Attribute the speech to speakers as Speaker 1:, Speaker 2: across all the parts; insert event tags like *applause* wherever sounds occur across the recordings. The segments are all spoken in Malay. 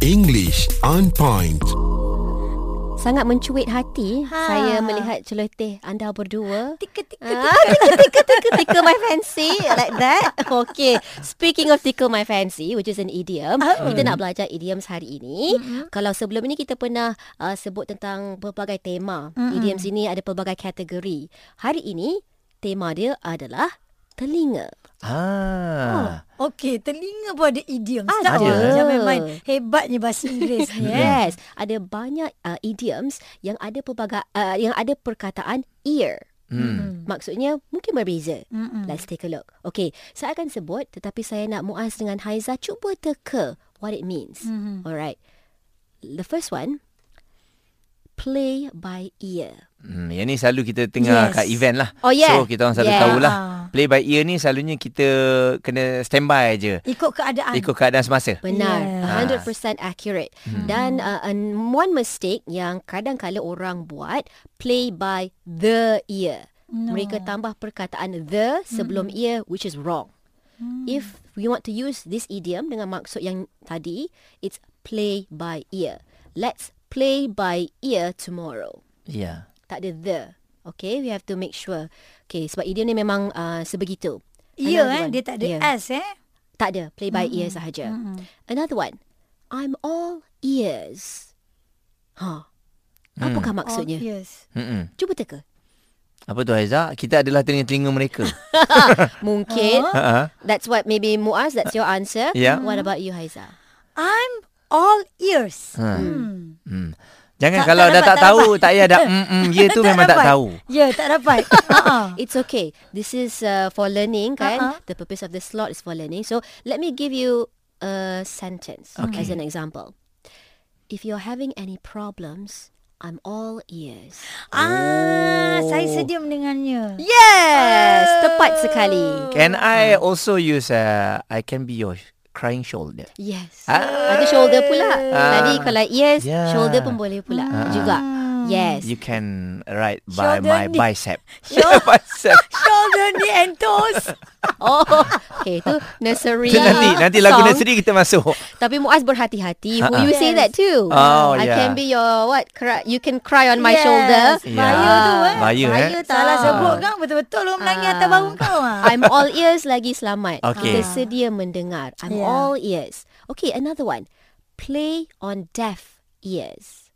Speaker 1: English on point.
Speaker 2: Sangat mencuit hati
Speaker 3: Ha.
Speaker 2: ha. saya melihat celoteh anda berdua.
Speaker 3: Tika tika
Speaker 2: Ah, tickle, tickle, tickle, tickle my fancy like that. Okay. Speaking of tickle my fancy, which is an idiom,
Speaker 3: Oh. Mm-hmm.
Speaker 2: kita nak belajar idioms hari ini.
Speaker 3: Mm-mm.
Speaker 2: Kalau sebelum ini kita pernah uh, sebut tentang pelbagai tema.
Speaker 3: Mm-mm.
Speaker 2: Idioms ini ada pelbagai kategori. Hari ini tema dia adalah telinga.
Speaker 4: Ah.
Speaker 3: Okey, telinga pun ada idiom.
Speaker 2: Ada.
Speaker 3: Sedap awak jangan main-main. Hebatnya bahasa Inggeris ni eh.
Speaker 2: Yes, ada banyak uh, idioms yang ada pelbagai uh, yang ada perkataan ear.
Speaker 4: Hmm.
Speaker 2: Maksudnya mungkin berbeza.
Speaker 3: Mm-mm.
Speaker 2: Let's take a look. Okay, saya akan sebut tetapi saya nak Muaz dengan Haiza cuba teka what it means.
Speaker 3: Mhm.
Speaker 2: Alright. The first one, play by ear.
Speaker 4: Hmm, yang ni selalu kita
Speaker 3: Yes.
Speaker 4: tengah yes. kat event lah.
Speaker 2: Oh, yeah.
Speaker 4: So kita orang selalu
Speaker 2: Yeah.
Speaker 4: yeah. tahulah.
Speaker 3: Ah.
Speaker 4: Play by ear ni selalunya kita kena standby je.
Speaker 3: Ikut keadaan.
Speaker 4: Ikut keadaan semasa.
Speaker 2: Benar,
Speaker 3: Yes. Hmm.
Speaker 2: 100% accurate. Dan uh, an, one mistake yang kadang-kala orang buat, play by the ear.
Speaker 3: No. Hmm.
Speaker 2: Mereka tambah perkataan the sebelum ear which is wrong. If we want to use this idiom dengan maksud yang tadi, it's play by ear. Let's play by ear tomorrow.
Speaker 4: Ya.
Speaker 2: Tak ada the. Okay, we have to make sure. Okay, sebab idiom ni memang uh, sebegitu.
Speaker 3: Ear
Speaker 2: Another
Speaker 3: eh,
Speaker 2: one.
Speaker 3: dia tak ada
Speaker 2: Yeah.
Speaker 3: S eh.
Speaker 2: Tak ada, play by ear sahaja. Another one. I'm all ears. Ha. Apakah maksudnya?
Speaker 3: Oh, yes.
Speaker 4: Yeah.
Speaker 2: Cuba teka.
Speaker 4: Apa tu Haiza? Kita adalah telinga-telinga mereka.
Speaker 2: Mungkin
Speaker 3: Oh,
Speaker 4: Ha ah.
Speaker 2: that's what maybe Muaz that's your answer.
Speaker 4: Yeah.
Speaker 2: What about you Haiza?
Speaker 3: I'm all ears.
Speaker 4: Ha.
Speaker 3: Hmm.
Speaker 4: Hmm.
Speaker 3: Tak-
Speaker 4: Jangan tak, kalau
Speaker 3: tak
Speaker 4: dah
Speaker 3: dapat, tak
Speaker 4: tak, tahu,
Speaker 3: dapat.
Speaker 4: tak payah dah mm mm ya tu memang tak
Speaker 3: dapat.
Speaker 4: tahu.
Speaker 3: Ya, tak dapat. Ha-ha.
Speaker 2: It's okay. This is uh, for learning kan.
Speaker 3: Uh-uh.
Speaker 2: The purpose of the slot is for learning. So let me give you a sentence as an example. If you're having any problems, I'm all ears.
Speaker 3: ah, saya sedia mendengarnya.
Speaker 2: Ya. Yes, tepat sekali.
Speaker 4: Can I also use uh, I can be your crying shoulder?
Speaker 2: Yes.
Speaker 4: Ah.
Speaker 2: Ada shoulder pula. Tadi kalau yes,
Speaker 4: Yeah.
Speaker 2: shoulder pun boleh pula juga. Yes.
Speaker 4: Ah. You can ride by
Speaker 3: Shoulder
Speaker 4: my
Speaker 3: ni.
Speaker 4: bicep.
Speaker 3: Shoulder.
Speaker 4: *laughs* bicep.
Speaker 3: Shoulder ni and toes.
Speaker 2: Oh, *laughs* okay. Itu nursery.
Speaker 4: Itu nanti nanti lagu
Speaker 2: song.
Speaker 4: nursery kita masuk.
Speaker 2: Tapi Muaz berhati-hati. Will you say
Speaker 3: Yes.
Speaker 2: that too? Ah,
Speaker 4: Oh,
Speaker 2: I
Speaker 4: yeah.
Speaker 2: can be your what? Cry, you can cry on my
Speaker 3: Yes,
Speaker 2: shoulder.
Speaker 3: Bahaya
Speaker 4: Yeah.
Speaker 3: tu eh.
Speaker 4: Bahaya, eh.
Speaker 3: tau. Salah sebut kan betul-betul lu menangis atas bahu kau ah.
Speaker 2: I'm all ears lagi selamat. Kita
Speaker 4: Okay.
Speaker 2: sedia mendengar. I'm
Speaker 3: Yeah.
Speaker 2: all ears. Okay, another one. Play on deaf ears.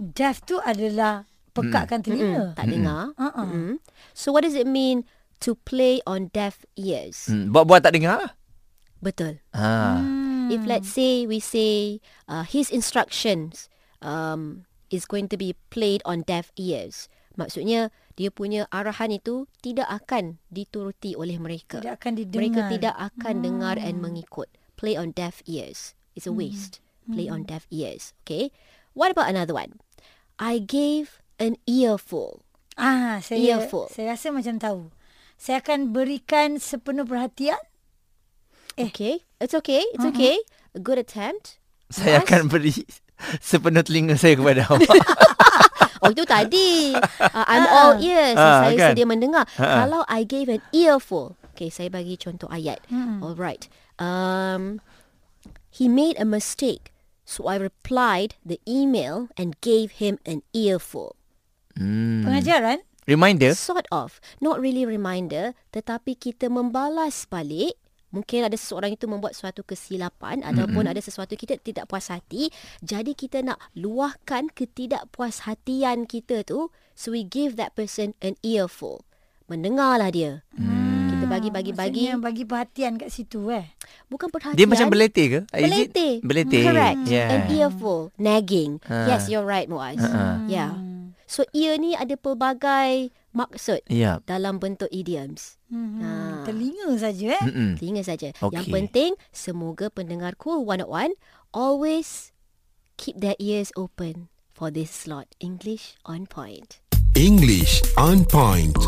Speaker 3: Deaf tu adalah pekakkan telinga.
Speaker 2: Tak dengar. Mm-mm.
Speaker 3: Uh-uh.
Speaker 2: So what does it mean to play on deaf ears?
Speaker 4: Hmm, buat-buat tak dengar lah.
Speaker 2: Betul.
Speaker 4: Ha.
Speaker 2: If let's say we say uh, his instructions um, is going to be played on deaf ears. Maksudnya dia punya arahan itu tidak akan dituruti oleh mereka.
Speaker 3: Tidak akan didengar.
Speaker 2: mereka tidak akan dengar and mengikut. Play on deaf ears. It's a waste. Play on deaf ears. Okay. What about another one? I gave an earful.
Speaker 3: Ah, saya
Speaker 2: Earful.
Speaker 3: saya rasa macam tahu. Saya akan berikan sepenuh perhatian.
Speaker 2: Okay. It's okay. It's okay. A good attempt.
Speaker 4: Saya
Speaker 2: Yes.
Speaker 4: akan beri sepenuh telinga saya kepada awak.
Speaker 2: *laughs* Oh itu tadi uh, I'm all ears
Speaker 4: Ah,
Speaker 2: Saya
Speaker 4: kan?
Speaker 2: sedia mendengar Kalau I gave an earful Okay saya bagi contoh ayat
Speaker 4: Hmm.
Speaker 2: Alright um, He made a mistake So I replied the email And gave him an earful
Speaker 4: Hmm.
Speaker 3: Pengajaran?
Speaker 4: Reminder.
Speaker 2: Sort of Not really reminder Tetapi kita membalas balik Mungkin ada seseorang itu membuat suatu kesilapan Ataupun ada sesuatu kita tidak puas hati Jadi kita nak luahkan ketidakpuas hatian kita tu So we give that person an earful Mendengarlah dia Kita bagi-bagi-bagi
Speaker 3: Maksudnya bagi perhatian kat situ eh.
Speaker 2: Bukan perhatian
Speaker 4: Dia macam beletih ke? Is it?
Speaker 2: Beletih
Speaker 4: Beletih.
Speaker 2: Correct
Speaker 4: Yeah.
Speaker 2: An earful Nagging
Speaker 4: Ah.
Speaker 2: Yes you're right Muaz
Speaker 4: Ah.
Speaker 2: Yeah So ear ni ada pelbagai maksud
Speaker 4: Ya.
Speaker 2: Dalam bentuk idioms
Speaker 3: Hmm.
Speaker 2: Ah.
Speaker 3: Telinga saja eh.
Speaker 4: Mm-mm.
Speaker 2: Telinga saja. Okay.
Speaker 4: Hmm. Okey.
Speaker 2: Yang penting semoga pendengar Cool 101 always keep their ears open for this slot English on point.
Speaker 1: English on point.